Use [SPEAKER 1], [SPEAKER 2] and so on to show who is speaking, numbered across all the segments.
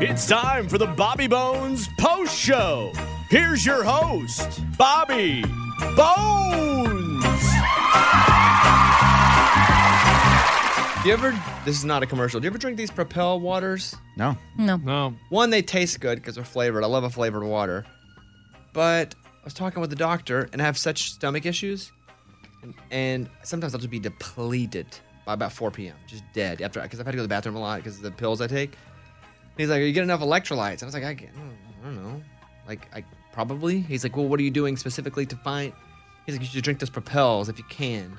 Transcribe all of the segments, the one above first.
[SPEAKER 1] It's time for the Bobby Bones Post Show. Here's your host, Bobby Bones.
[SPEAKER 2] Do you ever? This is not a commercial. Do you ever drink these Propel waters?
[SPEAKER 3] No.
[SPEAKER 4] No.
[SPEAKER 2] One, they taste good because they're flavored. I love a flavored water. But I was talking with the doctor and I have such stomach issues, and, and sometimes I'll just be depleted by about 4 p.m. Just dead after because I've had to go to the bathroom a lot because of the pills I take. And he's like, "Are you getting enough electrolytes?" And I was like, "I, get, mm, I don't know, like I probably." He's like, "Well, what are you doing specifically to find?" He's like, "You should drink this Propels if you can."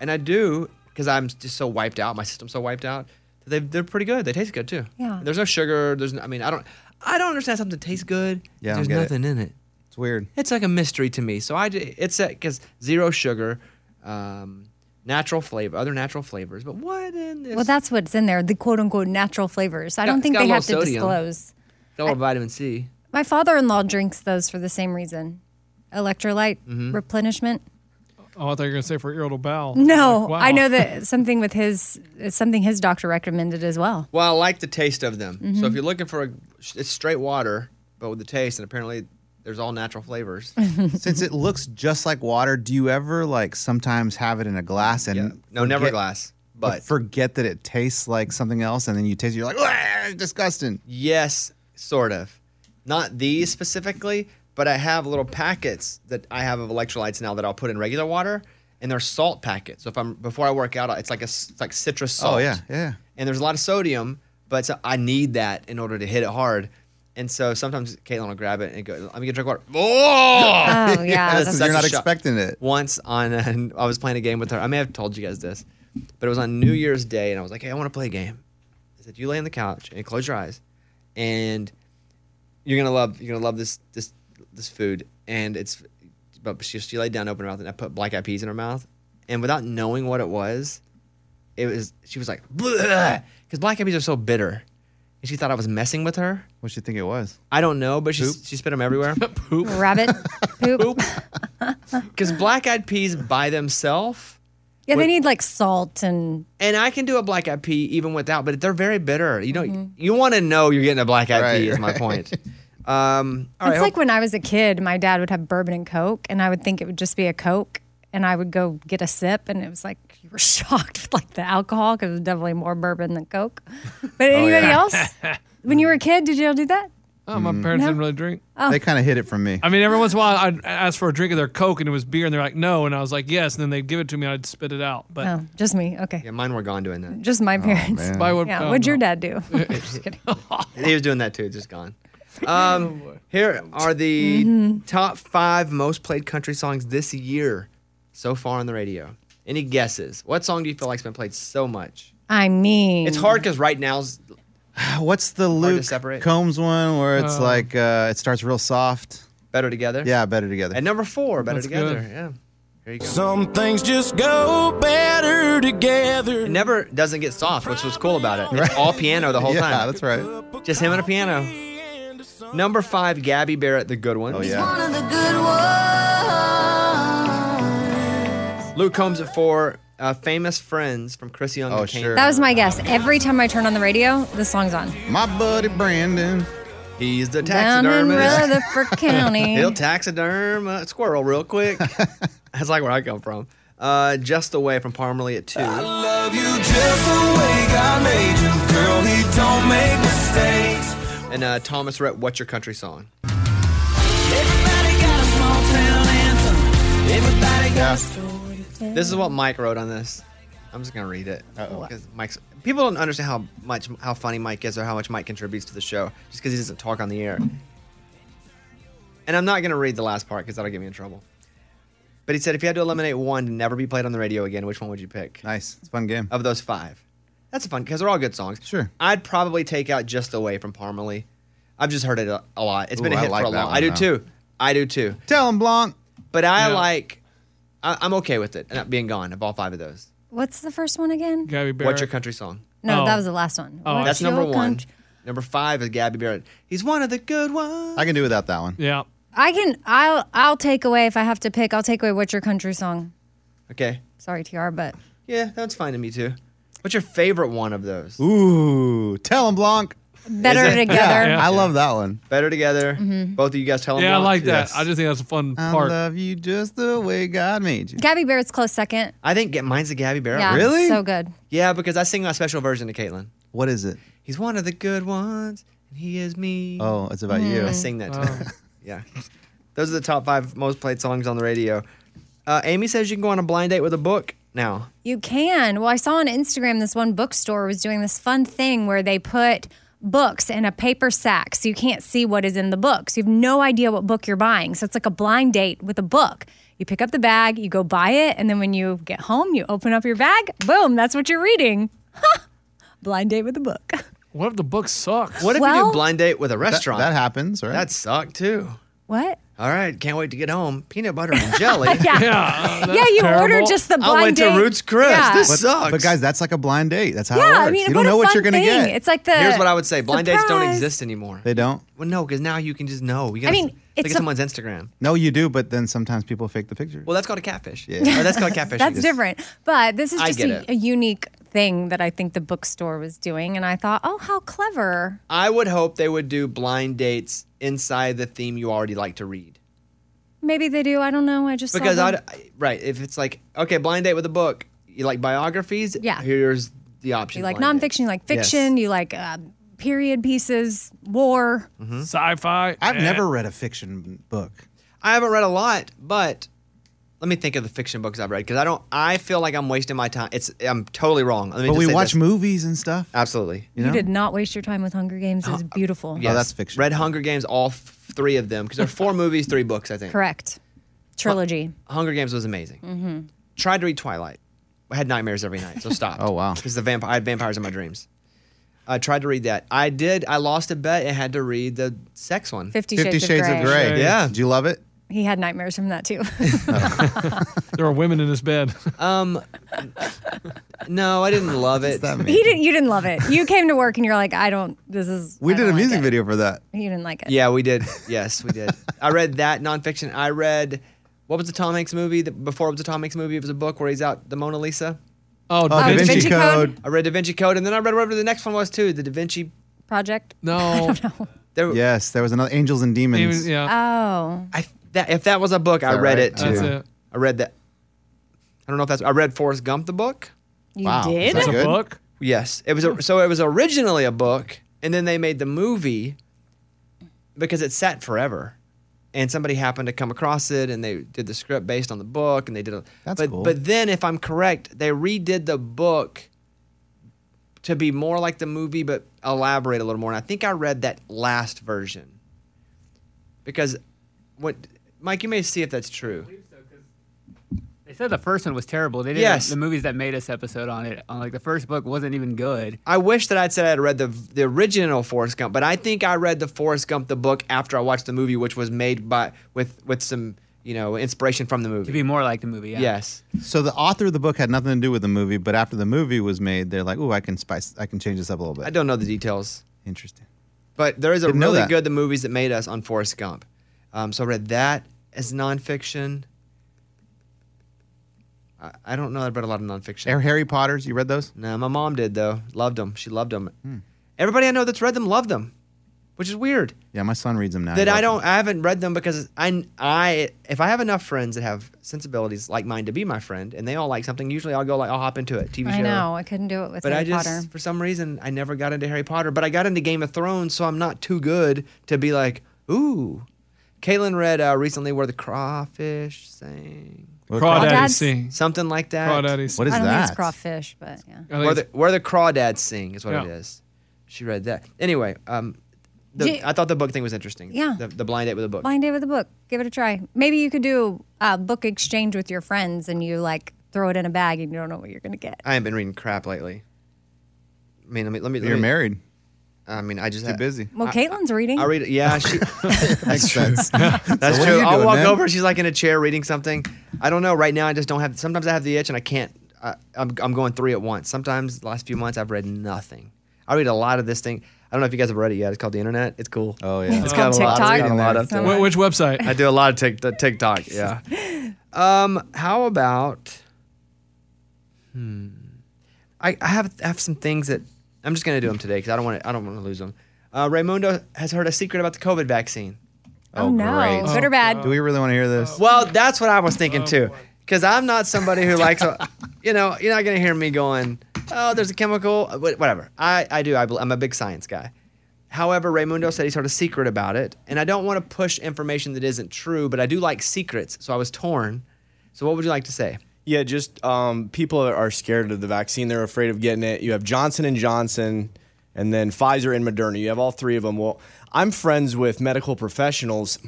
[SPEAKER 2] And I do because I'm just so wiped out. My system's so wiped out. They they're pretty good. They taste good too.
[SPEAKER 5] Yeah.
[SPEAKER 2] There's no sugar. There's no, I mean I don't I don't understand how something tastes good.
[SPEAKER 3] Yeah, I
[SPEAKER 2] There's
[SPEAKER 3] don't get
[SPEAKER 2] nothing in it.
[SPEAKER 3] It's weird.
[SPEAKER 2] It's like a mystery to me. So I ju- it's because zero sugar, um, natural flavor, other natural flavors. But what in this?
[SPEAKER 5] Well, that's what's in there, the quote unquote natural flavors. I
[SPEAKER 2] got-
[SPEAKER 5] don't
[SPEAKER 2] it's
[SPEAKER 5] think
[SPEAKER 2] got a
[SPEAKER 5] they
[SPEAKER 2] little
[SPEAKER 5] have to
[SPEAKER 2] sodium.
[SPEAKER 5] disclose.
[SPEAKER 2] It's all vitamin C.
[SPEAKER 5] My father in law drinks those for the same reason electrolyte
[SPEAKER 2] Mm-hmm.
[SPEAKER 5] replenishment.
[SPEAKER 4] Oh, I thought you were gonna say for irritable bowel.
[SPEAKER 5] No,
[SPEAKER 4] Like, wow.
[SPEAKER 5] I know that something with his, it's something his doctor recommended as well.
[SPEAKER 2] Well, I like the taste of them. So if you're looking for a, it's straight water, but with the taste, and apparently there's all natural flavors.
[SPEAKER 3] Since it looks just like water, do you ever like sometimes have it in a glass and
[SPEAKER 2] Yeah. No, never
[SPEAKER 3] forget-
[SPEAKER 2] glass.
[SPEAKER 3] but
[SPEAKER 2] But
[SPEAKER 3] forget that it tastes like something else, and then you taste it, you're like, "Ugh, disgusting.
[SPEAKER 2] Yes, sort of. Not these specifically, but I have little packets that I have of electrolytes now that I'll put in regular water, and they're salt packets. So if I'm before I work out, it's like a s- it's like citrus salt.
[SPEAKER 3] Oh yeah, yeah.
[SPEAKER 2] And there's a lot of sodium, but so I need that in order to hit it hard. And so sometimes Caitlin will grab it and go, "Let me get a drink of water." Oh!
[SPEAKER 5] Oh, yeah.
[SPEAKER 2] that's
[SPEAKER 5] that's-
[SPEAKER 3] You're not
[SPEAKER 2] a shock.
[SPEAKER 3] expecting it.
[SPEAKER 2] once on a, I was playing a game with her. I may have told you guys this, but it was on New Year's Day, and I was like, "Hey, I want to play a game." I said, "You lay on the couch and close your eyes, and you're gonna love you're gonna love this this this food." And it's but she she laid down, open her mouth, and I put black eyed peas in her mouth, and without knowing what it was, it was she was like, "Because black eyed peas are so bitter," and she thought I was messing with her.
[SPEAKER 3] What you think it was?
[SPEAKER 2] I don't know, but she
[SPEAKER 3] Poop?
[SPEAKER 2] she spit them everywhere.
[SPEAKER 4] Poop.
[SPEAKER 5] Rabbit poop.
[SPEAKER 2] Because black eyed peas by themselves.
[SPEAKER 5] Yeah, they need like salt and
[SPEAKER 2] And I can do a black eyed pea even without, but they're very bitter. You know,
[SPEAKER 4] Mm-hmm.
[SPEAKER 2] you want to know you're getting a black eyed
[SPEAKER 3] Right,
[SPEAKER 2] pea is my point. Um, all
[SPEAKER 5] It's
[SPEAKER 2] right,
[SPEAKER 5] like
[SPEAKER 2] hope-
[SPEAKER 5] when I was a kid, my dad would have bourbon and Coke, and I would think it would just be a Coke, and I would go get a sip, and it was like you were shocked with like the alcohol because it was definitely more bourbon than Coke.
[SPEAKER 2] Oh,
[SPEAKER 5] But anybody else, when you were a kid, did y'all do that?
[SPEAKER 4] Oh, my parents didn't really drink.
[SPEAKER 3] They kind of hid it from me.
[SPEAKER 4] I mean, every once in a while, I'd ask for a drink of their Coke, and it was beer, and they're like, "No," and I was like, "Yes," and then they'd give it to me, and I'd spit it out. But
[SPEAKER 5] Oh, just me. Okay,
[SPEAKER 2] yeah, mine were gone doing that.
[SPEAKER 5] just my parents.
[SPEAKER 3] man.
[SPEAKER 4] I would.
[SPEAKER 5] yeah,
[SPEAKER 4] oh,
[SPEAKER 5] what'd your
[SPEAKER 4] no.
[SPEAKER 5] dad do? Just kidding.
[SPEAKER 2] He was doing that too, just gone. Um,
[SPEAKER 4] Oh,
[SPEAKER 2] here are the
[SPEAKER 4] mm-hmm.
[SPEAKER 2] top five most played country songs this year so far on the radio. Any guesses? What song do you feel like's been played so much?
[SPEAKER 5] I mean,
[SPEAKER 2] It's hard because right now's
[SPEAKER 3] Ah, What's the Luke
[SPEAKER 2] separate.
[SPEAKER 3] Combs one where it's like uh, it starts real soft?
[SPEAKER 2] better together.
[SPEAKER 3] Yeah, better together.
[SPEAKER 2] At number four, better
[SPEAKER 4] That's
[SPEAKER 2] together.
[SPEAKER 4] good.
[SPEAKER 2] Yeah. Here you go.
[SPEAKER 6] Some things just go better
[SPEAKER 2] it
[SPEAKER 6] together.
[SPEAKER 2] never doesn't get soft, which was cool about it. It's all piano the whole
[SPEAKER 3] yeah,
[SPEAKER 2] time.
[SPEAKER 3] that's right. Oh,
[SPEAKER 2] Just him and a piano. Number five, Gabby Barrett, the good one.
[SPEAKER 3] Oh yeah.
[SPEAKER 7] One of the good ones.
[SPEAKER 2] Luke Combs at four. Uh, famous friends from Chris Young.
[SPEAKER 3] Oh,
[SPEAKER 2] and Kane.
[SPEAKER 3] sure.
[SPEAKER 5] that was my guess. Every time I turn on the radio, this song's on.
[SPEAKER 3] My buddy Brandon.
[SPEAKER 2] He's the
[SPEAKER 5] Down in
[SPEAKER 2] taxidermist.
[SPEAKER 5] Rutherford County.
[SPEAKER 2] He'll taxiderm a squirrel real quick. That's like where I come from. Uh, just away from Parmalee at two.
[SPEAKER 6] Love you just the way God made you, girl. He don't make mistakes.
[SPEAKER 2] And uh, Thomas Rhett, What's Your Country Song?
[SPEAKER 6] Everybody got a small town anthem. Everybody got
[SPEAKER 3] Yeah.
[SPEAKER 2] This is what Mike wrote on this. I'm just gonna read it. Because Mike's people don't understand how much how funny Mike is or how much Mike contributes to the show just because he doesn't talk on the air. And I'm not gonna read the last part because that'll get me in trouble. But he said if you had to eliminate one to never be played on the radio again, which one would you pick
[SPEAKER 3] Nice. It's a fun game.
[SPEAKER 2] of those five? That's a fun because they're all good songs.
[SPEAKER 3] Sure.
[SPEAKER 2] I'd probably take out just away from Parmalee. I've just heard it a, a lot. It's been
[SPEAKER 3] Ooh,
[SPEAKER 2] a
[SPEAKER 3] I
[SPEAKER 2] hit
[SPEAKER 3] like
[SPEAKER 2] for a
[SPEAKER 3] that
[SPEAKER 2] long.
[SPEAKER 3] one,
[SPEAKER 2] I do
[SPEAKER 3] though.
[SPEAKER 2] too. I do too.
[SPEAKER 3] Tell him Blanc.
[SPEAKER 2] But I
[SPEAKER 4] Yeah.
[SPEAKER 2] like. I, I'm okay with it not being gone of all five of those.
[SPEAKER 5] What's the first one again?
[SPEAKER 4] Gabby Barrett.
[SPEAKER 2] What's your country song?
[SPEAKER 5] No,
[SPEAKER 4] Oh.
[SPEAKER 5] that was the last one.
[SPEAKER 4] Oh, I
[SPEAKER 5] What's
[SPEAKER 2] That's number
[SPEAKER 5] your
[SPEAKER 2] one.
[SPEAKER 5] country-
[SPEAKER 2] Number five is Gabby Barrett. He's one of the good ones.
[SPEAKER 3] I can do without that one.
[SPEAKER 4] Yeah.
[SPEAKER 5] I can. I'll. I'll take away if I have to pick. I'll take away what's your country song.
[SPEAKER 2] Okay.
[SPEAKER 5] Sorry, Tr, but
[SPEAKER 2] Yeah, that's fine to me too. What's your favorite one of those?
[SPEAKER 3] Ooh, tell him Blanc.
[SPEAKER 5] better
[SPEAKER 2] Is it?
[SPEAKER 5] together.
[SPEAKER 4] Yeah.
[SPEAKER 3] I love that one.
[SPEAKER 2] Better together.
[SPEAKER 5] Mm-hmm.
[SPEAKER 2] Both of you guys tell them.
[SPEAKER 4] Yeah, I
[SPEAKER 2] once.
[SPEAKER 4] like that.
[SPEAKER 3] Yes.
[SPEAKER 4] I just think that's a fun
[SPEAKER 3] I
[SPEAKER 4] part.
[SPEAKER 3] love you just the way God made you.
[SPEAKER 5] Gabby Barrett's close second.
[SPEAKER 2] I think get, mine's a Gabby Barrett.
[SPEAKER 5] Yeah,
[SPEAKER 2] one.
[SPEAKER 3] Really?
[SPEAKER 5] So good.
[SPEAKER 2] Yeah, because I sing my special version to Caitlin.
[SPEAKER 3] What is it?
[SPEAKER 2] He's one of the good ones, and he is me.
[SPEAKER 3] Oh, it's about you.
[SPEAKER 2] I
[SPEAKER 5] Mm.
[SPEAKER 2] sing that. To
[SPEAKER 4] Oh.
[SPEAKER 2] her. yeah, those are the top five most played songs on the radio. Uh, Amy says you can go on a blind date with a book now.
[SPEAKER 5] You can. Well, I saw on Instagram this one bookstore was doing this fun thing where they put books in a paper sack so you can't see what is in the books. You have no idea what book you're buying. So it's like a blind date with a book. You pick up the bag, you go buy it, and then when you get home, you open up your bag, boom, that's what you're reading. blind date with a book.
[SPEAKER 4] What if the book sucks?
[SPEAKER 2] What if you do
[SPEAKER 5] Well-
[SPEAKER 2] blind date with a
[SPEAKER 3] That,
[SPEAKER 2] restaurant?
[SPEAKER 3] that happens, right?
[SPEAKER 2] That'd suck too.
[SPEAKER 5] What?
[SPEAKER 2] All right, can't wait to get home. Peanut butter and jelly.
[SPEAKER 5] Yeah.
[SPEAKER 4] Yeah, uh,
[SPEAKER 5] yeah,
[SPEAKER 4] that's
[SPEAKER 5] you
[SPEAKER 4] terrible.
[SPEAKER 5] order just the blind
[SPEAKER 2] I went to
[SPEAKER 5] date.
[SPEAKER 2] Roots Chris.
[SPEAKER 5] Yeah.
[SPEAKER 2] This
[SPEAKER 3] but,
[SPEAKER 2] sucks.
[SPEAKER 3] But guys, that's like a blind date. That's how
[SPEAKER 5] yeah,
[SPEAKER 3] it works.
[SPEAKER 5] I mean,
[SPEAKER 3] you
[SPEAKER 5] what
[SPEAKER 3] don't know
[SPEAKER 5] a
[SPEAKER 3] what
[SPEAKER 5] fun
[SPEAKER 3] you're gonna
[SPEAKER 5] thing.
[SPEAKER 3] get.
[SPEAKER 5] It's like the
[SPEAKER 2] Here's what I would say: blind dates don't
[SPEAKER 5] surprise.
[SPEAKER 2] exist anymore.
[SPEAKER 3] they don't.
[SPEAKER 2] well, no, because now you can just know. You gotta
[SPEAKER 5] I mean,
[SPEAKER 2] look at
[SPEAKER 5] it's a-
[SPEAKER 2] someone's Instagram.
[SPEAKER 3] No, you do, but then sometimes people fake the pictures.
[SPEAKER 2] Well, that's called a catfish.
[SPEAKER 3] Yeah.
[SPEAKER 2] Or that's called catfishing.
[SPEAKER 5] That's different. But this is
[SPEAKER 2] I
[SPEAKER 5] just
[SPEAKER 2] get
[SPEAKER 5] a,
[SPEAKER 2] it.
[SPEAKER 5] a unique thing that I think the bookstore was doing. And I thought, oh, how clever.
[SPEAKER 2] I would hope they would do blind dates inside the theme you already like to read.
[SPEAKER 5] Maybe they do. I don't know. I just saw
[SPEAKER 2] Because
[SPEAKER 5] them.
[SPEAKER 2] I'd, I- right, if it's like okay, blind date with a book, you like biographies.
[SPEAKER 5] Yeah.
[SPEAKER 2] Here's the option.
[SPEAKER 5] you like
[SPEAKER 2] blind date.
[SPEAKER 5] nonfiction, you like fiction, you like uh, period pieces, war.
[SPEAKER 2] Mm-hmm.
[SPEAKER 4] sci-fi.
[SPEAKER 3] Mm-hmm. I've
[SPEAKER 4] eh.
[SPEAKER 3] never read a fiction book.
[SPEAKER 2] I haven't read a lot, but let me think of the fiction books I've read because I don't. I feel like I'm wasting my time. It's I'm totally wrong. Let me
[SPEAKER 3] But
[SPEAKER 2] just
[SPEAKER 3] we
[SPEAKER 2] say
[SPEAKER 3] watch
[SPEAKER 2] this.
[SPEAKER 3] movies and stuff.
[SPEAKER 2] Absolutely.
[SPEAKER 5] You,
[SPEAKER 3] know?
[SPEAKER 5] Uh, did not waste your time with Hunger Games. It was beautiful.
[SPEAKER 2] Yes.
[SPEAKER 3] Oh, that's fiction.
[SPEAKER 2] Read Hunger Games, all f- three of them because there are four movies, three books. I think.
[SPEAKER 5] Correct. Mm-hmm. Trilogy.
[SPEAKER 2] Hunger Games was amazing. Tried to read Twilight. I had nightmares every night, so stop.
[SPEAKER 3] Oh, wow.
[SPEAKER 2] Because the vamp- I had vampires in my dreams. I tried to read that. I did. I lost a bet and had to read the sex one.
[SPEAKER 5] Fifty,
[SPEAKER 3] Fifty Shades, of Grey.
[SPEAKER 2] Yeah.
[SPEAKER 3] Did you love it?
[SPEAKER 5] He had nightmares from that too.
[SPEAKER 4] Eh, There are women in his bed.
[SPEAKER 2] Um, no, I didn't love it.
[SPEAKER 3] That
[SPEAKER 5] he didn't. You didn't love it. You came to work and you're like, I don't. This is.
[SPEAKER 3] we
[SPEAKER 5] I
[SPEAKER 3] did
[SPEAKER 5] don't
[SPEAKER 3] a
[SPEAKER 5] like
[SPEAKER 3] music
[SPEAKER 5] it.
[SPEAKER 3] video for that.
[SPEAKER 5] You didn't like it.
[SPEAKER 2] Yeah, we did. Yes, we did. I read that nonfiction. I read what was the Tom Hanks movie? That before it was a Tom Hanks movie, it was a book where he's out the Mona Lisa.
[SPEAKER 4] Oh,
[SPEAKER 3] Oh, Da
[SPEAKER 5] Da
[SPEAKER 3] Vinci,
[SPEAKER 5] Vinci
[SPEAKER 3] Code.
[SPEAKER 5] Code.
[SPEAKER 2] I read Da Vinci Code, and then I read whatever the next one was too. The Da Vinci.
[SPEAKER 5] Project.
[SPEAKER 4] no.
[SPEAKER 2] There,
[SPEAKER 3] Yes, there was another Angels and
[SPEAKER 4] He
[SPEAKER 3] Demons.
[SPEAKER 4] was- yeah,
[SPEAKER 5] Oh.
[SPEAKER 2] I, that, if that was a book, I
[SPEAKER 3] that
[SPEAKER 2] read
[SPEAKER 3] right?
[SPEAKER 2] it too.
[SPEAKER 4] that's it.
[SPEAKER 2] I read that. I don't know if that's. I read Forrest Gump the book.
[SPEAKER 5] You
[SPEAKER 3] Wow.
[SPEAKER 5] did?
[SPEAKER 3] Is
[SPEAKER 4] That's
[SPEAKER 3] that
[SPEAKER 4] a
[SPEAKER 3] good?
[SPEAKER 4] book.
[SPEAKER 2] Yes, it was.
[SPEAKER 3] Hmm.
[SPEAKER 2] A, so it was originally a book, and then they made the movie because it sat forever, and somebody happened to come across it, and they did the script based on the book, and they did. A,
[SPEAKER 3] That's
[SPEAKER 2] but
[SPEAKER 3] cool.
[SPEAKER 2] but then, if I'm correct, they redid the book to be more like the movie, but elaborate a little more. And I think I read that last version because what Mike, you may see if that's true.
[SPEAKER 7] They said the first one was terrible. They did
[SPEAKER 2] Yes.
[SPEAKER 7] the movies that made us episode on it. On like the first book wasn't even good.
[SPEAKER 2] I wish that I'd said I'd read the the original Forrest Gump, but I think I read the Forrest Gump the book after I watched the movie, which was made by with with some you know inspiration from the
[SPEAKER 7] To
[SPEAKER 2] movie.
[SPEAKER 7] be more like the movie. Yeah.
[SPEAKER 2] Yes,
[SPEAKER 3] So the author of the book had nothing to do with the movie, but after the movie was made, they're like, "Ooh, I can spice, I can change this up a little bit."
[SPEAKER 2] I don't know the details,
[SPEAKER 3] Interesting.
[SPEAKER 2] but there is a
[SPEAKER 3] Didn't know
[SPEAKER 2] really
[SPEAKER 3] that.
[SPEAKER 2] good the movies that made us on Forrest Gump. Um, so I read that as nonfiction. I, I don't know. I read a lot of nonfiction.
[SPEAKER 3] Air Harry Potter's. You read those?
[SPEAKER 2] No, my mom did though. Loved them. She loved them.
[SPEAKER 3] Hmm.
[SPEAKER 2] Everybody I know that's read them loved them, which is weird.
[SPEAKER 3] Yeah, my son reads them now.
[SPEAKER 2] that
[SPEAKER 3] He
[SPEAKER 2] I
[SPEAKER 3] loves
[SPEAKER 2] don't
[SPEAKER 3] them.
[SPEAKER 2] I haven't read them because I I if I have enough friends that have sensibilities like mine to be my friend and they all like something usually I'll go like I'll hop into it TV
[SPEAKER 5] I
[SPEAKER 2] show
[SPEAKER 5] know. I couldn't do it with
[SPEAKER 2] but
[SPEAKER 5] Harry
[SPEAKER 2] I just
[SPEAKER 5] Potter.
[SPEAKER 2] for some reason I never got into Harry Potter but I got into Game of Thrones so I'm not too good to be like ooh Caitlin read uh, recently where the crawfish sang
[SPEAKER 3] What-
[SPEAKER 4] Crawdaddy
[SPEAKER 5] Crawdads.
[SPEAKER 4] sing.
[SPEAKER 2] something like that
[SPEAKER 4] Crawdaddy
[SPEAKER 3] What is
[SPEAKER 5] I don't think
[SPEAKER 3] that?
[SPEAKER 5] it's crawfish, but yeah.
[SPEAKER 2] where the, where the crawdads sing is what it
[SPEAKER 4] Yeah.
[SPEAKER 2] is she read that anyway um the,
[SPEAKER 5] Do-
[SPEAKER 2] I thought the book thing was interesting
[SPEAKER 5] Yeah.
[SPEAKER 2] the, the blind date with a book
[SPEAKER 5] Blind date with a book. Give it a try. Maybe you could do a book exchange with your friends and you like throw it in a bag and you don't know what you're going to get.
[SPEAKER 2] I haven't been reading crap lately. I mean, let me let me. let
[SPEAKER 3] You're
[SPEAKER 2] me-
[SPEAKER 3] married.
[SPEAKER 2] I mean, I just
[SPEAKER 3] Too busy.
[SPEAKER 5] Well,
[SPEAKER 2] I-
[SPEAKER 5] Caitlin's reading.
[SPEAKER 2] I read. Yeah, she,
[SPEAKER 3] Makes sense.
[SPEAKER 2] that's
[SPEAKER 3] So what are
[SPEAKER 2] true.
[SPEAKER 3] you
[SPEAKER 2] I'll
[SPEAKER 3] doing,
[SPEAKER 2] walk
[SPEAKER 3] man?
[SPEAKER 2] over. She's like in a chair reading something. I don't know. Right now, I just don't have. Sometimes I have the itch and I can't. I, I'm I'm going three at once. Sometimes last few months I've read nothing. I read a lot of this thing. I don't know if you guys have read it yet. It's called the internet. It's cool.
[SPEAKER 3] Oh yeah.
[SPEAKER 5] it's
[SPEAKER 2] It's
[SPEAKER 5] called
[SPEAKER 2] got a lot-
[SPEAKER 5] TikTok.
[SPEAKER 2] it's got a lot up
[SPEAKER 5] So
[SPEAKER 2] there.
[SPEAKER 4] Wh- which website?
[SPEAKER 2] I do a lot of tic- the TikTok. Yeah. Um, how about? Hmm. I, I have I have some things that I'm just gonna do them today because I don't want to I don't want to lose them. Uh, Raimundo has heard a secret about the COVID vaccine.
[SPEAKER 5] Oh, no.
[SPEAKER 3] great.
[SPEAKER 5] Good or bad?
[SPEAKER 3] Do we really want to hear this?
[SPEAKER 2] Well, that's what I was thinking too, because I'm not somebody who likes. you know, you're not gonna hear me going, "Oh, there's a chemical." wh- Whatever. I I do. I, bel- I'm a big science guy. However, Raymundo said he sort of secret about it, and I don't want to push information that isn't true, but I do like secrets, so I was torn. So, what would you like to say?
[SPEAKER 1] Yeah, just um, people are- are scared of the vaccine. They're afraid of getting it. You have Johnson and Johnson, and then Pfizer and Moderna. You have all three of them. Well, I'm friends with medical professionals,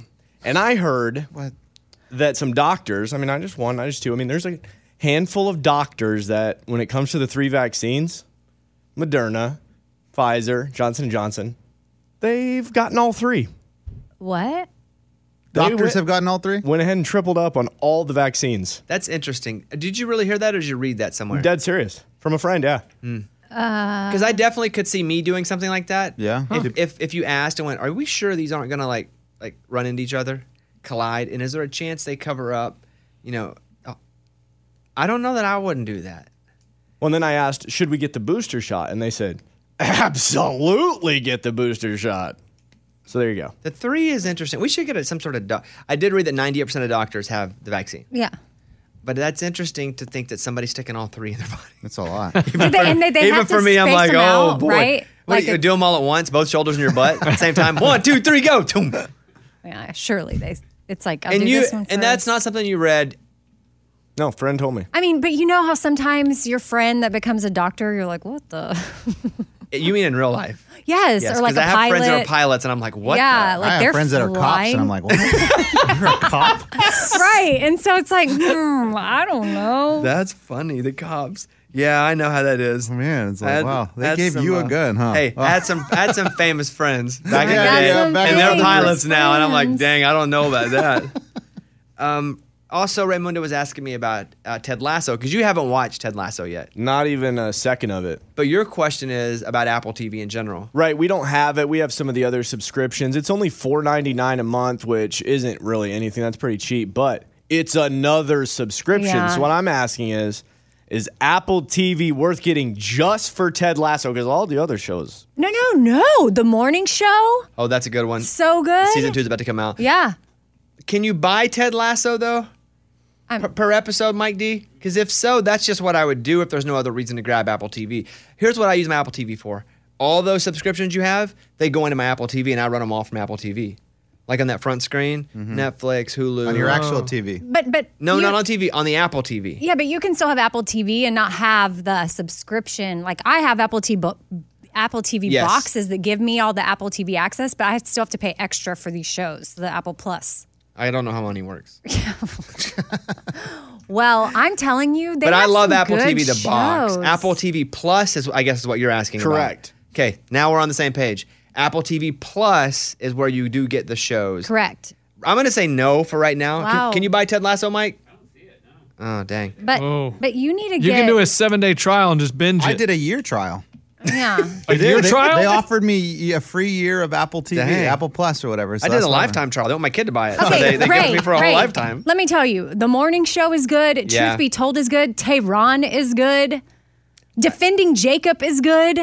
[SPEAKER 1] and I heard
[SPEAKER 3] What?
[SPEAKER 1] that some doctors. I mean, not just one, not just two. I mean, there's a handful of doctors that, when it comes to the three vaccines, Moderna, Pfizer, Johnson and Johnson, they've gotten all three.
[SPEAKER 5] What?
[SPEAKER 1] They
[SPEAKER 3] Doctors
[SPEAKER 1] went-
[SPEAKER 3] have gotten all three?
[SPEAKER 1] Went ahead and tripled up on all the vaccines.
[SPEAKER 2] That's interesting. Did you really hear that, or did you read that somewhere?
[SPEAKER 1] Dead serious from a friend. Yeah.
[SPEAKER 2] Because I definitely could see me doing something like that.
[SPEAKER 3] Yeah.
[SPEAKER 2] If, if if you asked and went, "Are we sure these aren't gonna like like run into each other, collide? And is there a chance they cover up?" You know, oh, I don't know that I wouldn't do that.
[SPEAKER 1] Well, and then I asked, should we get the booster shot? And they said, absolutely get the booster shot. So there you go.
[SPEAKER 2] The three is interesting. We should get it some sort of. doc I did read that ninety eight percent of doctors have the vaccine,
[SPEAKER 5] Yeah.
[SPEAKER 2] but that's interesting to think that somebody's sticking all three in their body.
[SPEAKER 3] That's a lot.
[SPEAKER 5] But they, and they, they
[SPEAKER 2] Even
[SPEAKER 5] have to
[SPEAKER 2] for me,
[SPEAKER 5] space
[SPEAKER 2] I'm like,
[SPEAKER 5] them
[SPEAKER 2] oh
[SPEAKER 5] out,
[SPEAKER 2] boy,
[SPEAKER 5] right?
[SPEAKER 2] What,
[SPEAKER 5] like,
[SPEAKER 2] you
[SPEAKER 5] it-
[SPEAKER 2] do them all at once, both shoulders in your butt at the same time. One, two, three, go. Toom.
[SPEAKER 5] yeah, surely they. It's like I'll
[SPEAKER 2] And
[SPEAKER 5] do
[SPEAKER 2] you
[SPEAKER 5] this one
[SPEAKER 2] and that's
[SPEAKER 5] first.
[SPEAKER 2] not something you read
[SPEAKER 1] No, friend told me.
[SPEAKER 5] I mean, but you know how sometimes your friend that becomes a doctor, you're like, what the?
[SPEAKER 2] You mean in real life?
[SPEAKER 5] yes,
[SPEAKER 2] Yes,
[SPEAKER 5] or like
[SPEAKER 2] because
[SPEAKER 5] a
[SPEAKER 2] I have
[SPEAKER 5] pilot.
[SPEAKER 2] friends that are pilots, and I'm like, what?
[SPEAKER 5] yeah,
[SPEAKER 2] the-
[SPEAKER 5] like
[SPEAKER 3] I
[SPEAKER 5] they're
[SPEAKER 3] have friends that are cops,
[SPEAKER 5] flying.
[SPEAKER 3] and I'm like, what?
[SPEAKER 5] right? And so it's like, hmm, I don't know.
[SPEAKER 2] that's funny. The cops. Yeah, I know how that is.
[SPEAKER 3] Oh, man, it's
[SPEAKER 2] I
[SPEAKER 3] like,
[SPEAKER 2] had-
[SPEAKER 3] wow.
[SPEAKER 2] I
[SPEAKER 3] They
[SPEAKER 2] had
[SPEAKER 3] gave
[SPEAKER 2] some,
[SPEAKER 3] you
[SPEAKER 2] uh,
[SPEAKER 3] a gun, huh? Oh,
[SPEAKER 2] Hey,
[SPEAKER 3] Wow.
[SPEAKER 2] I had some I had some famous friends back in
[SPEAKER 3] Yeah,
[SPEAKER 2] the day,
[SPEAKER 3] yeah, back in
[SPEAKER 2] and
[SPEAKER 3] the
[SPEAKER 2] they're
[SPEAKER 3] day.
[SPEAKER 2] pilots now, and I'm like,
[SPEAKER 5] Friends.
[SPEAKER 2] dang, I don't know about that. um, also, Raymundo was asking me about uh, Ted Lasso because you haven't watched Ted Lasso yet,
[SPEAKER 1] Not even a second of it.
[SPEAKER 2] but your question is about Apple TV in general.
[SPEAKER 1] Right, we don't have it. We have some of the other subscriptions. It's only $4.99 a month, which isn't really anything. That's pretty cheap, but it's another subscription.
[SPEAKER 5] Yeah.
[SPEAKER 1] So what I'm asking is is Apple TV worth getting just for Ted Lasso cuz all the other shows.
[SPEAKER 5] No, no, no. The morning show,
[SPEAKER 2] Oh, that's a good one.
[SPEAKER 5] so good.
[SPEAKER 2] Season two is about to come out.
[SPEAKER 5] Yeah.
[SPEAKER 2] Can you buy Ted Lasso though?
[SPEAKER 5] I'm-
[SPEAKER 2] Per, per episode, Mike D? Because if so, that's just what I would do if there's no other reason to grab Apple TV. Here's what I use my Apple TV for. All those subscriptions you have, they go into my Apple TV and I run them all from Apple TV. Like on that front screen, Netflix, Hulu.
[SPEAKER 3] Mm-hmm. on your actual TV.
[SPEAKER 5] But but
[SPEAKER 2] no,
[SPEAKER 5] you-
[SPEAKER 2] not on TV, on the Apple TV.
[SPEAKER 5] Yeah, but you can still have Apple TV and not have the subscription. Like I have Apple TV bo- Apple TV
[SPEAKER 2] Yes.
[SPEAKER 5] boxes that give me all the Apple TV access, but I still have to pay extra for these shows, the Apple Plus.
[SPEAKER 2] I don't know how money works.
[SPEAKER 5] Well, I'm telling you, they
[SPEAKER 2] But I
[SPEAKER 5] have
[SPEAKER 2] love
[SPEAKER 5] some
[SPEAKER 2] Apple
[SPEAKER 5] good
[SPEAKER 2] TV, the box.
[SPEAKER 5] shows.
[SPEAKER 2] Apple TV Plus is, I guess, is what you're asking about.
[SPEAKER 1] Correct.
[SPEAKER 2] Okay, now we're on the same page. Apple TV Plus is where you do get the shows.
[SPEAKER 5] correct.
[SPEAKER 2] I'm gonna say no for right now. Can-
[SPEAKER 5] Wow.
[SPEAKER 2] Can, you buy Ted Lasso, Mike? Oh dang!
[SPEAKER 5] But
[SPEAKER 4] Oh.
[SPEAKER 5] but you need to
[SPEAKER 4] You
[SPEAKER 5] get
[SPEAKER 4] can do a seven day trial and just binge it.
[SPEAKER 3] I did a year trial.
[SPEAKER 5] yeah.
[SPEAKER 4] a year
[SPEAKER 3] they,
[SPEAKER 4] trial.
[SPEAKER 3] They offered me a free year of Apple TV,
[SPEAKER 2] Dang.
[SPEAKER 3] Apple Plus or whatever. so
[SPEAKER 2] I did
[SPEAKER 3] that's
[SPEAKER 2] a
[SPEAKER 3] what I'm-
[SPEAKER 2] lifetime trial. They want my kid to buy it.
[SPEAKER 5] Okay,
[SPEAKER 2] they, they
[SPEAKER 5] Ray,
[SPEAKER 2] give it to me for a
[SPEAKER 5] Ray,
[SPEAKER 2] whole lifetime.
[SPEAKER 5] Let me tell you, the morning show is good.
[SPEAKER 2] Yeah.
[SPEAKER 5] Truth be told is good. Tehran is good. Defending Jacob is good.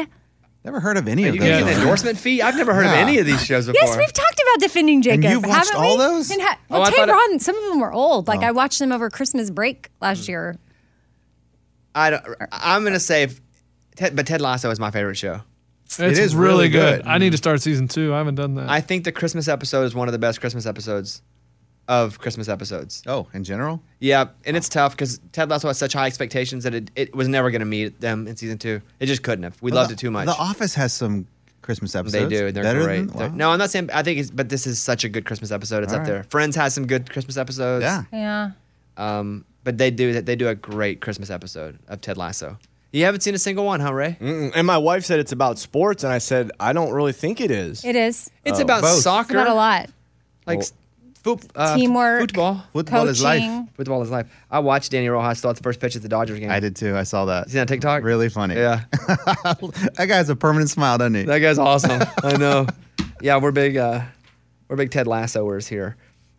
[SPEAKER 3] Never heard of any of
[SPEAKER 2] You
[SPEAKER 3] those.
[SPEAKER 2] get an
[SPEAKER 4] Yeah.
[SPEAKER 2] endorsement fee? I've never heard
[SPEAKER 3] Yeah.
[SPEAKER 2] of any of these shows before.
[SPEAKER 5] Yes, we've talked about defending Jacob.
[SPEAKER 3] you've watched
[SPEAKER 5] haven't
[SPEAKER 3] all
[SPEAKER 5] we?
[SPEAKER 3] those?
[SPEAKER 5] And ha- well,
[SPEAKER 2] Oh, I thought it- Oh.
[SPEAKER 5] Tehran, some of them were old. Like I watched them over Christmas break last year.
[SPEAKER 2] I don't, I'm gonna say, if, Ted, but Ted Lasso is my favorite show.
[SPEAKER 4] it's
[SPEAKER 3] is
[SPEAKER 4] really,
[SPEAKER 3] really
[SPEAKER 4] good.
[SPEAKER 3] good.
[SPEAKER 4] I need to start season two. I haven't done that.
[SPEAKER 2] I think the Christmas episode is one of the best Christmas episodes of Christmas episodes.
[SPEAKER 3] Oh, in general?
[SPEAKER 2] Yeah, and it's tough because Ted Lasso has such high expectations that it, it was never gonna meet them in season two. It just couldn't have. We loved
[SPEAKER 3] The-
[SPEAKER 2] it too much.
[SPEAKER 3] The Office has some Christmas
[SPEAKER 2] They
[SPEAKER 3] episodes.
[SPEAKER 2] do. and They're
[SPEAKER 3] Better
[SPEAKER 2] great.
[SPEAKER 3] Than,
[SPEAKER 2] They're-
[SPEAKER 3] wow.
[SPEAKER 2] no, I'm not saying. I think, it's, but this is such a good Christmas episode. It's up
[SPEAKER 3] right.
[SPEAKER 2] there. Friends has some good Christmas episodes.
[SPEAKER 3] Yeah.
[SPEAKER 5] Yeah.
[SPEAKER 2] Um, but they do they do a great Christmas episode of Ted Lasso. You haven't seen a single one, huh, Ray?
[SPEAKER 3] Mm,
[SPEAKER 1] Mm-mm. And my wife said it's about sports and I said I don't really think it is.
[SPEAKER 5] It is.
[SPEAKER 2] It's about
[SPEAKER 3] uh, both.
[SPEAKER 5] It's
[SPEAKER 2] soccer,
[SPEAKER 5] about a lot.
[SPEAKER 2] like s- foot- uh,
[SPEAKER 5] Teamwork.
[SPEAKER 2] football.
[SPEAKER 3] Football is life.
[SPEAKER 5] Coaching.
[SPEAKER 2] Football is life. I watched Danny Rojas throw out the first pitch at the Dodgers game.
[SPEAKER 3] I did too. I saw that.
[SPEAKER 2] See that on TikTok?
[SPEAKER 3] Really funny.
[SPEAKER 2] Yeah,
[SPEAKER 3] that guy has a permanent smile, doesn't he?
[SPEAKER 2] that guy's awesome. I know. Yeah, we're big. Uh, we're big Ted Lassoers here.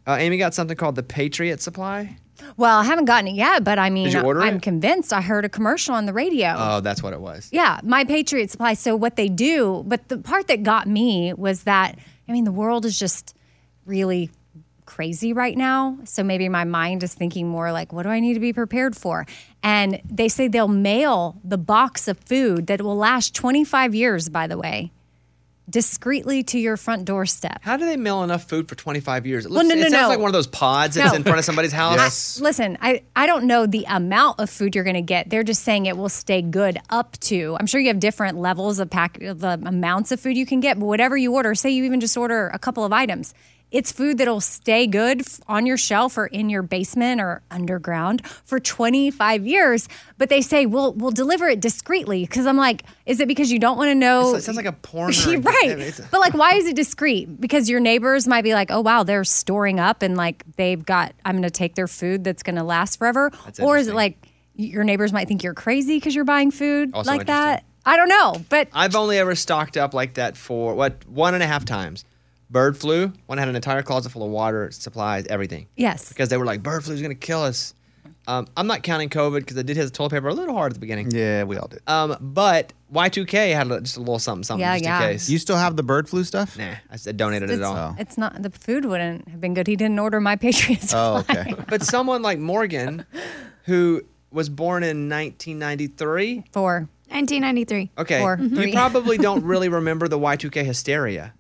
[SPEAKER 2] Uh, Amy got something called the Patriot Supply.
[SPEAKER 5] Well, I haven't gotten it yet, but I mean,
[SPEAKER 2] you order
[SPEAKER 5] I'm
[SPEAKER 2] it?
[SPEAKER 5] convinced. I heard a commercial on the radio.
[SPEAKER 2] Oh, that's what it was.
[SPEAKER 5] Yeah, my Patriot Supply. So what they do, but the part that got me was that I mean the world is just really crazy right now. So maybe my mind is thinking more like, what do I need to be prepared for? And they say they'll mail the box of food that will last 25 years, by the way, discreetly to your front doorstep.
[SPEAKER 2] How do they mail enough food for 25 years? It,
[SPEAKER 5] Well,
[SPEAKER 2] looks,
[SPEAKER 5] no,
[SPEAKER 2] it
[SPEAKER 5] no,
[SPEAKER 2] sounds
[SPEAKER 5] no.
[SPEAKER 2] like one of those pods that's
[SPEAKER 5] No.
[SPEAKER 2] in front of somebody's house.
[SPEAKER 5] I, listen, I, I don't know the amount of food you're going to get. They're just saying it will stay good up to. I'm sure you have different levels of pack of the amounts of food you can get, but whatever you order, say you even just order a couple of items, it's food that'll stay good f- on your shelf or in your basement or underground for 25 years. But they say we'll we'll deliver it discreetly because I'm like, is it because you don't want to know?
[SPEAKER 2] It sounds like a porn. or-
[SPEAKER 5] You're right.
[SPEAKER 2] It's-
[SPEAKER 5] But like, why is it discreet? Because your neighbors might be like, oh, wow, they're storing up and like they've got, I'm going to take their food that's going to last forever. or is it
[SPEAKER 2] interesting.
[SPEAKER 5] like y- your neighbors might think you're crazy because you're buying food
[SPEAKER 2] Also
[SPEAKER 5] like that? I don't know. But
[SPEAKER 2] I've only ever stocked up like that for what one and a half times. Bird flu. One had an entire closet full of water supplies, everything.
[SPEAKER 5] yes.
[SPEAKER 2] Because they were like, bird flu is going to kill us. Um, I'm not counting COVID because I did hit the toilet paper a little hard at the beginning.
[SPEAKER 3] Yeah, we all did.
[SPEAKER 2] Um, but Y2K had a- just a little something, something
[SPEAKER 5] Yeah,
[SPEAKER 2] just
[SPEAKER 5] yeah.
[SPEAKER 2] in case.
[SPEAKER 3] you still have the bird flu stuff?
[SPEAKER 2] nah, I said donated it
[SPEAKER 5] It's,
[SPEAKER 2] all.
[SPEAKER 5] it's not, the food wouldn't have been good. He didn't order my Patriots.
[SPEAKER 3] Oh, okay.
[SPEAKER 2] But someone like Morgan, who was born in 1993,
[SPEAKER 5] for
[SPEAKER 8] 1993.
[SPEAKER 2] okay,
[SPEAKER 5] Or three.
[SPEAKER 2] you probably don't really remember the Y2K hysteria.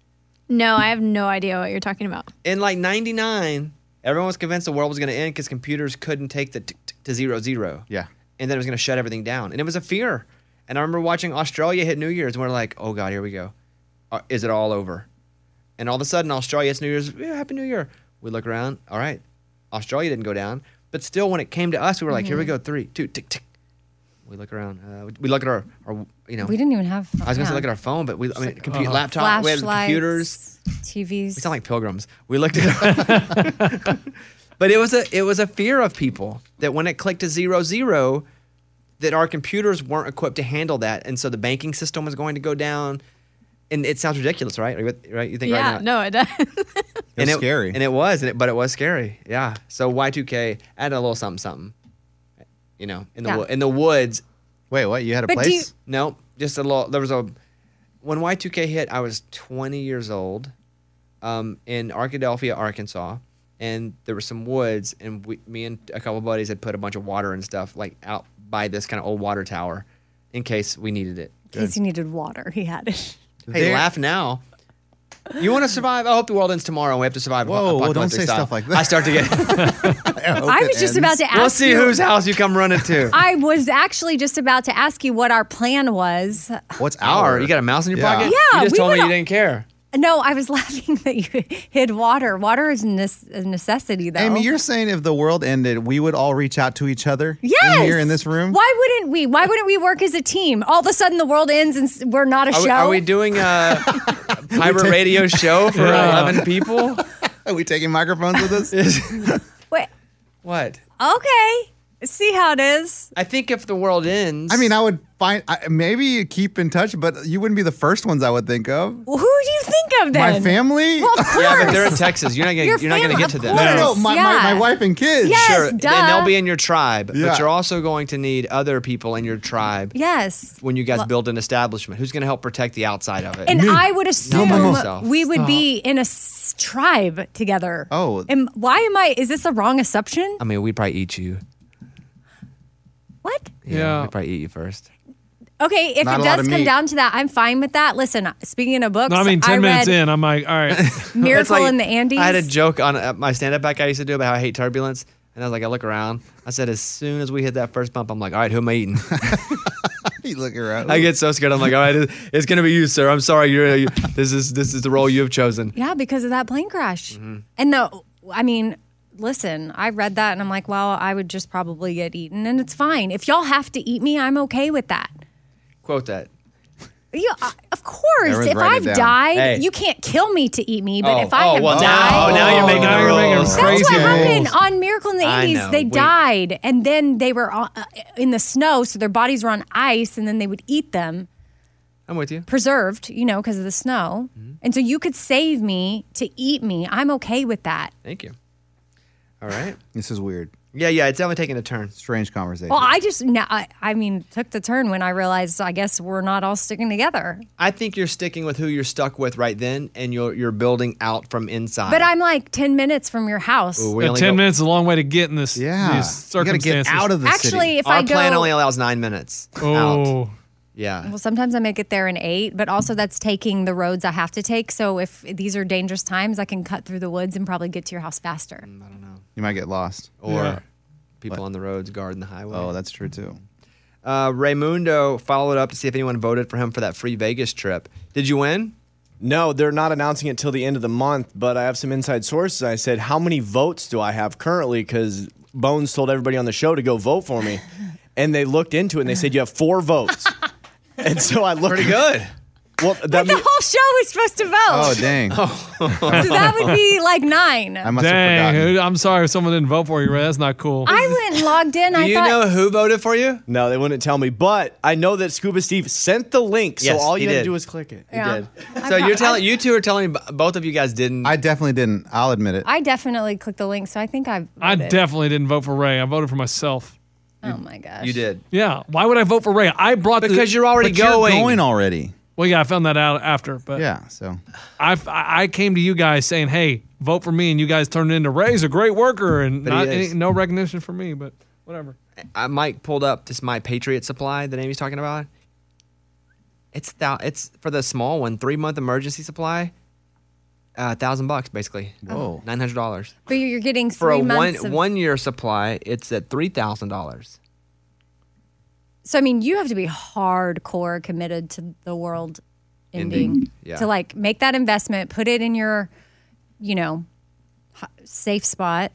[SPEAKER 8] No, I have no idea what you're talking about.
[SPEAKER 2] in like 99 everyone was convinced the world was going to end because computers couldn't take the t- t- to zero zero
[SPEAKER 3] Yeah.
[SPEAKER 2] and then it was going to shut everything down and it was a fear and i remember watching australia hit new year's and we're like oh god here we go Uh, is it all over and all of a sudden australia it's new year's yeah, happy new year we look around all right australia didn't go down but still when it came to us we were like here
[SPEAKER 5] Mm-hmm.
[SPEAKER 2] we go three two tick tick we look around uh, we- we look at our, our you know
[SPEAKER 5] we didn't even have.
[SPEAKER 2] i was going to
[SPEAKER 5] yeah. Uh-huh.
[SPEAKER 2] say look at our phone but we i mean compu- laptop we had
[SPEAKER 5] flashlights,
[SPEAKER 2] computers
[SPEAKER 5] TVs.
[SPEAKER 2] we sound like pilgrims. We looked at But it was a it was a fear of people that when it clicked to zero zero, that our computers weren't equipped to handle that, and so the banking system was going to go down. And it sounds ridiculous, right? Right? You think
[SPEAKER 8] yeah,
[SPEAKER 2] right now?
[SPEAKER 8] no, it does.
[SPEAKER 3] It
[SPEAKER 2] and
[SPEAKER 3] was scary.
[SPEAKER 2] and it was, and it, but it was scary. Yeah. So Y two K added a little something, something. You know, in the
[SPEAKER 5] Yeah.
[SPEAKER 2] wo- in the woods,
[SPEAKER 3] Wait, what? You had a
[SPEAKER 5] But do
[SPEAKER 3] place?
[SPEAKER 5] you-
[SPEAKER 2] no, just a little. There was a when Y two K hit. I was 20 years old, um, in Arkadelphia, Arkansas, and there were some woods, and we, me and a couple buddies had put a bunch of water and stuff like out by this kind of old water tower, in case we needed it.
[SPEAKER 5] in case he needed water, he had it.
[SPEAKER 2] Hey,
[SPEAKER 3] There-
[SPEAKER 2] laugh now. You want to survive? I hope the world ends tomorrow. and We have to survive.
[SPEAKER 3] Whoa, whoa, don't
[SPEAKER 2] apocalyptic
[SPEAKER 3] say
[SPEAKER 2] style.
[SPEAKER 3] stuff like that.
[SPEAKER 2] I start to get.
[SPEAKER 3] Oh,
[SPEAKER 5] I was just about to ask.
[SPEAKER 2] we'll see
[SPEAKER 5] you-
[SPEAKER 2] whose house you come running to.
[SPEAKER 5] I was actually just about to ask you what our plan was.
[SPEAKER 3] What's
[SPEAKER 2] Hour.
[SPEAKER 3] our?
[SPEAKER 2] You got a mouse in your
[SPEAKER 3] Yeah.
[SPEAKER 2] pocket?
[SPEAKER 5] Yeah,
[SPEAKER 2] You just
[SPEAKER 5] we
[SPEAKER 2] told me
[SPEAKER 5] would
[SPEAKER 2] you
[SPEAKER 5] all-
[SPEAKER 2] didn't care.
[SPEAKER 5] No, I was laughing that you hid water. Water is a nece- a necessity, though.
[SPEAKER 3] Amy, you're saying if the world ended, we would all reach out to each other
[SPEAKER 5] yes
[SPEAKER 3] in here in this room?
[SPEAKER 5] Why wouldn't we? Why wouldn't we work as a team? All of a sudden, the world ends and s- we're not a
[SPEAKER 2] Are we,
[SPEAKER 5] show.
[SPEAKER 2] are we doing a pirate radio show for 11 people?
[SPEAKER 3] Are we taking microphones with us?
[SPEAKER 5] Wait,
[SPEAKER 2] What?
[SPEAKER 5] okay. See how it is.
[SPEAKER 2] I think if the world ends,
[SPEAKER 3] I mean, I would find I, maybe you keep in touch, but you wouldn't be the first ones I would think of.
[SPEAKER 5] Well, who do you think of then?
[SPEAKER 3] My family.
[SPEAKER 5] Well, of course.
[SPEAKER 2] yeah, but they're in Texas. You're not
[SPEAKER 5] Your
[SPEAKER 2] gonna, you're not gonna
[SPEAKER 5] family-
[SPEAKER 2] get to
[SPEAKER 5] of
[SPEAKER 2] them.
[SPEAKER 3] no, no, no,
[SPEAKER 5] course,
[SPEAKER 3] my,
[SPEAKER 5] yeah.
[SPEAKER 3] my, my wife and kids.
[SPEAKER 5] Yes.
[SPEAKER 2] Sure,
[SPEAKER 5] duh.
[SPEAKER 2] and they'll be in your tribe,
[SPEAKER 3] Yeah.
[SPEAKER 2] but you're also going to need other people in your tribe
[SPEAKER 5] yes.
[SPEAKER 2] when you guys build an establishment. Who's gonna help protect the outside of it?
[SPEAKER 5] And I
[SPEAKER 3] Oh
[SPEAKER 5] would
[SPEAKER 2] No,
[SPEAKER 5] assume
[SPEAKER 2] no, no.
[SPEAKER 5] we would be in a s- tribe together.
[SPEAKER 3] Oh.
[SPEAKER 5] Am, why am I? Is this a wrong assumption?
[SPEAKER 2] I mean, we'd probably eat you.
[SPEAKER 5] What?
[SPEAKER 4] Yeah.
[SPEAKER 2] we'd probably eat you first.
[SPEAKER 5] Okay, if
[SPEAKER 3] Not
[SPEAKER 5] it
[SPEAKER 3] a lot
[SPEAKER 5] does
[SPEAKER 3] of
[SPEAKER 5] come
[SPEAKER 3] meat.
[SPEAKER 5] down to that, I'm fine with that. Listen, speaking of books,
[SPEAKER 4] No, I mean, 10 minutes
[SPEAKER 5] read
[SPEAKER 4] in, I'm like, all right.
[SPEAKER 5] Miracle
[SPEAKER 2] That's like-
[SPEAKER 5] in the Andes.
[SPEAKER 2] I had a joke on uh, my stand-up back I used to do about how I hate turbulence, and I was like, I look around. I said, as soon as we hit that first bump, I'm like, all right, who am I eating?
[SPEAKER 3] You look around.
[SPEAKER 2] I get so scared. I'm like, all right, it- it's gonna be you, sir. I'm sorry. You're you, this is this is the role you have chosen.
[SPEAKER 5] yeah, because of that plane crash.
[SPEAKER 2] Mm-hmm.
[SPEAKER 5] And the, I mean, listen, I read that and I'm like, well, I would just probably get eaten, and it's fine. If y'all have to eat me, I'm okay with that.
[SPEAKER 2] Quote that.
[SPEAKER 5] You, uh, of course,
[SPEAKER 3] Everyone's
[SPEAKER 5] if
[SPEAKER 3] writing
[SPEAKER 5] I've
[SPEAKER 3] it down.
[SPEAKER 5] died,
[SPEAKER 2] Hey.
[SPEAKER 5] you can't kill me to eat me. But
[SPEAKER 2] Oh,
[SPEAKER 5] if I
[SPEAKER 2] oh,
[SPEAKER 5] have
[SPEAKER 2] well,
[SPEAKER 5] died,
[SPEAKER 2] now, now you're making
[SPEAKER 4] Oh, Now
[SPEAKER 2] the
[SPEAKER 4] you're making
[SPEAKER 2] rules.
[SPEAKER 4] some
[SPEAKER 5] That's
[SPEAKER 4] crazy
[SPEAKER 5] what happened
[SPEAKER 4] rules.
[SPEAKER 5] on Miracle in the
[SPEAKER 2] I
[SPEAKER 5] Andes.
[SPEAKER 2] know.
[SPEAKER 5] They
[SPEAKER 2] We-
[SPEAKER 5] died, and then they were on, uh, in the snow, so their bodies were on ice, and then they would eat them
[SPEAKER 2] I'm with you.
[SPEAKER 5] preserved, you know, because of the snow.
[SPEAKER 2] Mm-hmm.
[SPEAKER 5] And so you could save me to eat me. I'm okay with that.
[SPEAKER 2] Thank you. All right.
[SPEAKER 3] This is weird.
[SPEAKER 2] Yeah, yeah, it's definitely taking a turn.
[SPEAKER 3] Strange conversation.
[SPEAKER 5] Well, I just now I, I mean took the turn when I realized I guess we're not all sticking together.
[SPEAKER 2] I think you're sticking with who you're stuck with right then, and you're you're building out from inside.
[SPEAKER 5] But I'm like ten minutes from your house.
[SPEAKER 2] Ooh, we
[SPEAKER 4] Uh,
[SPEAKER 2] only
[SPEAKER 4] Ten
[SPEAKER 2] go-
[SPEAKER 4] minutes is a long way to get in this. These
[SPEAKER 3] yeah. you gotta
[SPEAKER 4] circumstances.
[SPEAKER 3] get out of the
[SPEAKER 5] Actually,
[SPEAKER 3] city.
[SPEAKER 5] if I
[SPEAKER 2] Our
[SPEAKER 5] go,
[SPEAKER 2] plan only allows nine minutes. Out.
[SPEAKER 4] Oh,
[SPEAKER 2] Yeah.
[SPEAKER 5] well, sometimes I make it there in eight, but also that's taking the roads I have to take. So if these are dangerous times, I can cut through the woods and probably get to your house faster.
[SPEAKER 2] Mm.
[SPEAKER 3] you might get lost.
[SPEAKER 2] Or
[SPEAKER 4] Yeah.
[SPEAKER 2] people on the roads guarding the highway.
[SPEAKER 3] Oh, that's true too.
[SPEAKER 2] Uh, Raymundo followed up to see if anyone voted for him for that free Vegas trip. Did you win?
[SPEAKER 1] No, they're not announcing it till the end of the month, but I have some inside sources. I said, How many votes do I have currently? Because Bones told everybody on the show to go vote for me. And they looked into it and they said, You have four votes. and so I looked.
[SPEAKER 2] Pretty good.
[SPEAKER 1] Well, that
[SPEAKER 5] The
[SPEAKER 1] mean-
[SPEAKER 5] whole show is supposed to vote,
[SPEAKER 3] Oh, dang.
[SPEAKER 5] so that would be like nine.
[SPEAKER 3] I
[SPEAKER 5] i
[SPEAKER 3] must have
[SPEAKER 4] dang.
[SPEAKER 3] forgotten.
[SPEAKER 4] dude, I'm sorry if someone didn't vote for you, Ray. That's not cool.
[SPEAKER 5] went and logged in.
[SPEAKER 2] Do
[SPEAKER 5] I
[SPEAKER 2] you
[SPEAKER 5] thought
[SPEAKER 2] know who voted for you?
[SPEAKER 1] no, they wouldn't tell me. But I know that Scuba Steve sent the link.
[SPEAKER 2] Yes,
[SPEAKER 1] so all
[SPEAKER 2] he
[SPEAKER 1] you had
[SPEAKER 2] did.
[SPEAKER 1] to do was click it.
[SPEAKER 5] Yeah.
[SPEAKER 2] Did. So you're telling you two are telling me b- both of you guys didn't.
[SPEAKER 3] I definitely didn't. I'll admit it.
[SPEAKER 5] I definitely clicked the link, so I think I.
[SPEAKER 4] I
[SPEAKER 5] voted.
[SPEAKER 4] definitely didn't vote for Ray. I voted for myself.
[SPEAKER 5] Oh my gosh.
[SPEAKER 2] you did
[SPEAKER 4] Yeah. Why would I vote for Ray? I brought the-
[SPEAKER 2] because you're already
[SPEAKER 3] But you're
[SPEAKER 2] going.
[SPEAKER 3] going already.
[SPEAKER 4] Well, yeah, I found that out after, but
[SPEAKER 3] Yeah. So
[SPEAKER 4] I I came to you guys saying, "Hey, vote for me," and you guys turned into Ray's a great worker and
[SPEAKER 2] he
[SPEAKER 4] not,
[SPEAKER 2] is.
[SPEAKER 4] any, no recognition for me, but whatever.
[SPEAKER 2] I, Uh, Mike pulled up this my Patriot supply that Amy's talking about. It's thou, it's for the small one, three month emergency supply, a thousand bucks basically.
[SPEAKER 3] Whoa.
[SPEAKER 2] nine hundred dollars
[SPEAKER 5] But you're you're getting
[SPEAKER 2] for
[SPEAKER 5] three
[SPEAKER 2] a one
[SPEAKER 5] months. of,
[SPEAKER 2] one year supply. It's at three thousand dollars.
[SPEAKER 5] so I mean, you have to be hardcore committed to the world ending,
[SPEAKER 2] Ending, yeah.
[SPEAKER 5] to like make that investment, put it in your, you know, ho- safe spot.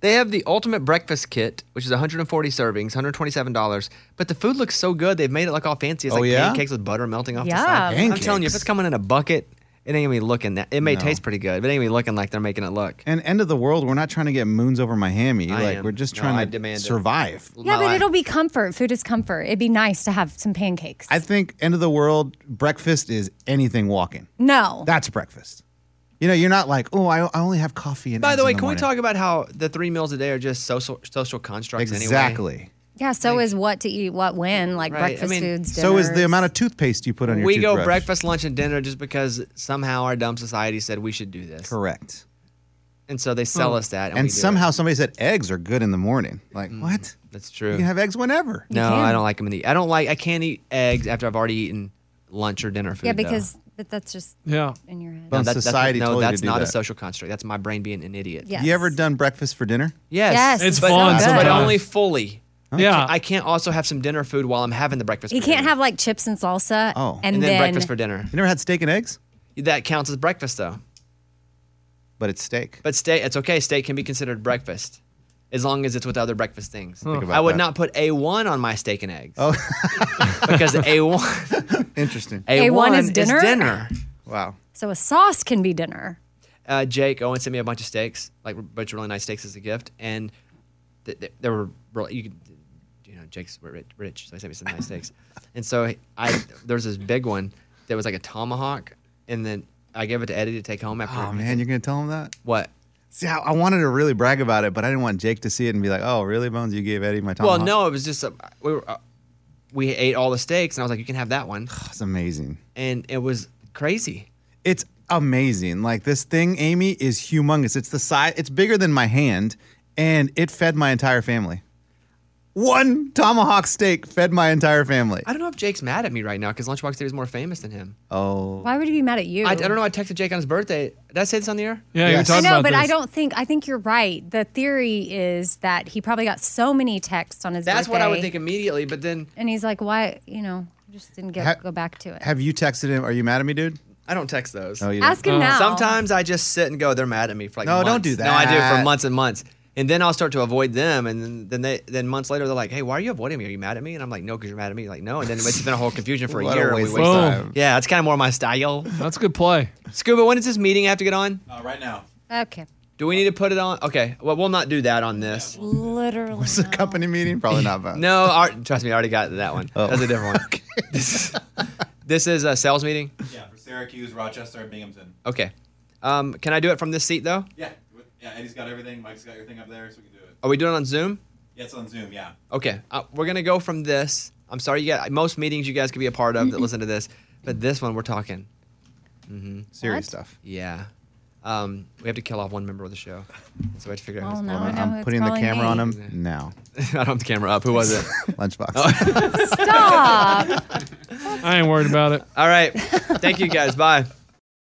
[SPEAKER 2] They have the ultimate breakfast kit, which is 140 servings, 127 dollars. But the food looks so good; they've made it look all fancy. It's
[SPEAKER 3] Oh,
[SPEAKER 2] like
[SPEAKER 3] yeah?
[SPEAKER 2] pancakes with butter melting off
[SPEAKER 5] Yeah.
[SPEAKER 2] the side. I'm telling you, if
[SPEAKER 3] Pancakes.
[SPEAKER 2] it's coming in a bucket, it ain't gonna be looking. That, it may taste pretty good, but it ain't gonna be looking like they're making it look.
[SPEAKER 3] and end of the world. We're not trying to get moons over Miami.
[SPEAKER 2] I
[SPEAKER 3] like
[SPEAKER 2] am.
[SPEAKER 3] we're just
[SPEAKER 2] No,
[SPEAKER 3] trying
[SPEAKER 2] I
[SPEAKER 3] to
[SPEAKER 2] demand it.
[SPEAKER 3] survive.
[SPEAKER 5] yeah,
[SPEAKER 2] My
[SPEAKER 5] but
[SPEAKER 2] life.
[SPEAKER 5] it'll be comfort. Food is comfort. It'd be nice to have some pancakes.
[SPEAKER 3] I think end of the world breakfast is anything walking.
[SPEAKER 5] no,
[SPEAKER 3] That's breakfast. You know, you're not like, oh, I, I only have coffee. And
[SPEAKER 2] By
[SPEAKER 3] eggs
[SPEAKER 2] the
[SPEAKER 3] in
[SPEAKER 2] way, can we
[SPEAKER 3] morning."
[SPEAKER 2] talk about how the three meals a day are just social social constructs anyway?
[SPEAKER 3] Exactly.
[SPEAKER 5] yeah. So is what to eat, what when, like
[SPEAKER 2] Right, I
[SPEAKER 5] breakfast
[SPEAKER 2] mean,
[SPEAKER 5] foods.
[SPEAKER 3] So is the
[SPEAKER 5] dinners.
[SPEAKER 3] amount of toothpaste you put on your
[SPEAKER 2] We go
[SPEAKER 3] toothbrush.
[SPEAKER 2] breakfast, lunch, and dinner just because somehow our dumb society said we should do this,
[SPEAKER 3] Correct.
[SPEAKER 2] and so they sell us that, and, we
[SPEAKER 3] oh. And
[SPEAKER 2] do it. Mm,
[SPEAKER 3] somehow somebody said eggs are good in the morning. Like, what?
[SPEAKER 2] that's true.
[SPEAKER 3] You can have eggs whenever.
[SPEAKER 2] No,
[SPEAKER 5] can.
[SPEAKER 2] I don't like them in the. I don't like. I can't eat eggs after I've already eaten lunch or dinner food.
[SPEAKER 5] Yeah,
[SPEAKER 2] though.
[SPEAKER 5] because but that's just
[SPEAKER 4] Yeah.
[SPEAKER 5] in your head.
[SPEAKER 3] But
[SPEAKER 2] That- that's-
[SPEAKER 3] society
[SPEAKER 2] no,
[SPEAKER 3] told you
[SPEAKER 2] that's
[SPEAKER 3] to do
[SPEAKER 2] not a
[SPEAKER 3] that.
[SPEAKER 2] social construct. That's my brain being an idiot.
[SPEAKER 5] Yes.
[SPEAKER 3] You ever done breakfast for dinner?
[SPEAKER 2] Yes.
[SPEAKER 5] Yes, It's
[SPEAKER 2] but,
[SPEAKER 4] fun
[SPEAKER 2] but
[SPEAKER 5] sometimes. Uh,
[SPEAKER 2] only fully.
[SPEAKER 4] Yeah.
[SPEAKER 2] I can't also have some dinner food while I'm having the breakfast.
[SPEAKER 5] You
[SPEAKER 2] for
[SPEAKER 5] can't
[SPEAKER 2] dinner.
[SPEAKER 5] have like chips and salsa.
[SPEAKER 3] Oh.
[SPEAKER 5] and,
[SPEAKER 2] and then,
[SPEAKER 5] then,
[SPEAKER 2] breakfast for dinner.
[SPEAKER 3] You never had steak and eggs?
[SPEAKER 2] That counts as breakfast though.
[SPEAKER 3] But it's steak.
[SPEAKER 2] But steak, it's okay. Steak can be considered breakfast, as long as it's with other breakfast things.
[SPEAKER 3] about
[SPEAKER 2] I would
[SPEAKER 3] that.
[SPEAKER 2] not put a one on my steak and eggs. Oh, because a one
[SPEAKER 3] Interesting.
[SPEAKER 2] a one
[SPEAKER 5] A1 is dinner?
[SPEAKER 2] dinner.
[SPEAKER 3] Wow.
[SPEAKER 5] so a sauce can be dinner.
[SPEAKER 2] uh, Jake Owen sent me a bunch of steaks, like a bunch of really nice steaks as a gift, and th- th- they were really, you could, you know, Jake's ri- rich, rich, so he sent me some nice steaks, and so I there was this big one that was like a tomahawk, and then I gave it to Eddie to take home after.
[SPEAKER 3] Oh man, you're gonna tell him that?
[SPEAKER 2] what?
[SPEAKER 3] See, I, I wanted to really brag about it, but I didn't want Jake to see it and be like, "Oh, really, Bones? You gave Eddie my
[SPEAKER 2] Well,
[SPEAKER 3] tomahawk?"
[SPEAKER 2] no, it was just uh, we were. Uh, we ate all the steaks, and I was like, "You can have that one,"
[SPEAKER 3] it's amazing.
[SPEAKER 2] and it was crazy.
[SPEAKER 3] It's amazing. Like this thing, Amy, is humongous. It's the size. It's bigger than my hand, and it fed my entire family. One tomahawk steak fed my entire family.
[SPEAKER 2] I don't know if Jake's mad at me right now because Lunchbox Theory is more famous than him.
[SPEAKER 3] Oh,
[SPEAKER 5] Why would he be mad at you?
[SPEAKER 2] I, I don't know. I texted Jake on his birthday. Did I say this on the air?
[SPEAKER 4] Yeah, you were
[SPEAKER 3] Yes.
[SPEAKER 5] I
[SPEAKER 4] talking
[SPEAKER 5] know,
[SPEAKER 4] about
[SPEAKER 5] but I
[SPEAKER 4] this.
[SPEAKER 5] don't think I think you're right. The theory is that he probably got so many texts on his
[SPEAKER 2] That's what I would
[SPEAKER 5] birthday,
[SPEAKER 2] think immediately. But then
[SPEAKER 5] and he's like, "Why? You know, just didn't get
[SPEAKER 3] Ha-
[SPEAKER 5] go back to it."
[SPEAKER 3] have you texted him? Are you mad at me, dude?
[SPEAKER 2] I don't text those.
[SPEAKER 3] No, you don't.
[SPEAKER 5] Ask him now.
[SPEAKER 2] Sometimes I just sit and go, they're mad at me for like
[SPEAKER 3] Oh, No, don't
[SPEAKER 2] months."
[SPEAKER 3] do
[SPEAKER 2] No, I do for
[SPEAKER 3] that.
[SPEAKER 2] months and months. And then I'll start to avoid them. And then, then they then months later they're like, Hey, why are you avoiding me? Are you mad at me? And I'm like, No, because you're mad at me. Like, no. And then it's been a whole confusion for a
[SPEAKER 3] What
[SPEAKER 2] year. and
[SPEAKER 3] a
[SPEAKER 2] we
[SPEAKER 3] waste of
[SPEAKER 2] waste
[SPEAKER 4] Boom.
[SPEAKER 3] time.
[SPEAKER 2] Yeah, that's kind of more my style.
[SPEAKER 4] That's a good play.
[SPEAKER 2] Scuba, when is this meeting I have to get on?
[SPEAKER 9] Uh,
[SPEAKER 6] right now.
[SPEAKER 5] Okay,
[SPEAKER 2] Do we need to put it on? Okay. Well, we'll not do that on this.
[SPEAKER 5] literally.
[SPEAKER 3] It's a company meeting, probably not. Bones.
[SPEAKER 2] No, our, trust me, I already got that one. That's a different
[SPEAKER 3] Oh,
[SPEAKER 2] one. this, this is a sales meeting.
[SPEAKER 6] Yeah, for Syracuse, Rochester, and Binghamton.
[SPEAKER 2] Okay. Um, can I do it from this seat though?
[SPEAKER 6] Yeah,
[SPEAKER 9] Yeah, Eddie's got everything. Mike's got everything up there, so we can do it.
[SPEAKER 2] Are we doing it on Zoom?
[SPEAKER 9] Yeah, it's on Zoom. Yeah.
[SPEAKER 2] Okay, uh, we're gonna go from this. I'm sorry, you got most meetings you guys could be a part of that listen to this, but this one we're talking.
[SPEAKER 3] Serious
[SPEAKER 5] What?
[SPEAKER 3] stuff.
[SPEAKER 2] Yeah, um, we have to kill off one member of the show, so we have to figure out.
[SPEAKER 5] Well,
[SPEAKER 2] who's-
[SPEAKER 5] now I know
[SPEAKER 3] I'm
[SPEAKER 5] it's
[SPEAKER 3] putting the
[SPEAKER 5] probably
[SPEAKER 3] camera
[SPEAKER 5] me. Oh.
[SPEAKER 3] on him now.
[SPEAKER 2] I don't have the camera up. Who was it?
[SPEAKER 3] Lunchbox.
[SPEAKER 5] Stop.
[SPEAKER 4] I ain't worried about it.
[SPEAKER 2] All right, thank you guys. Bye.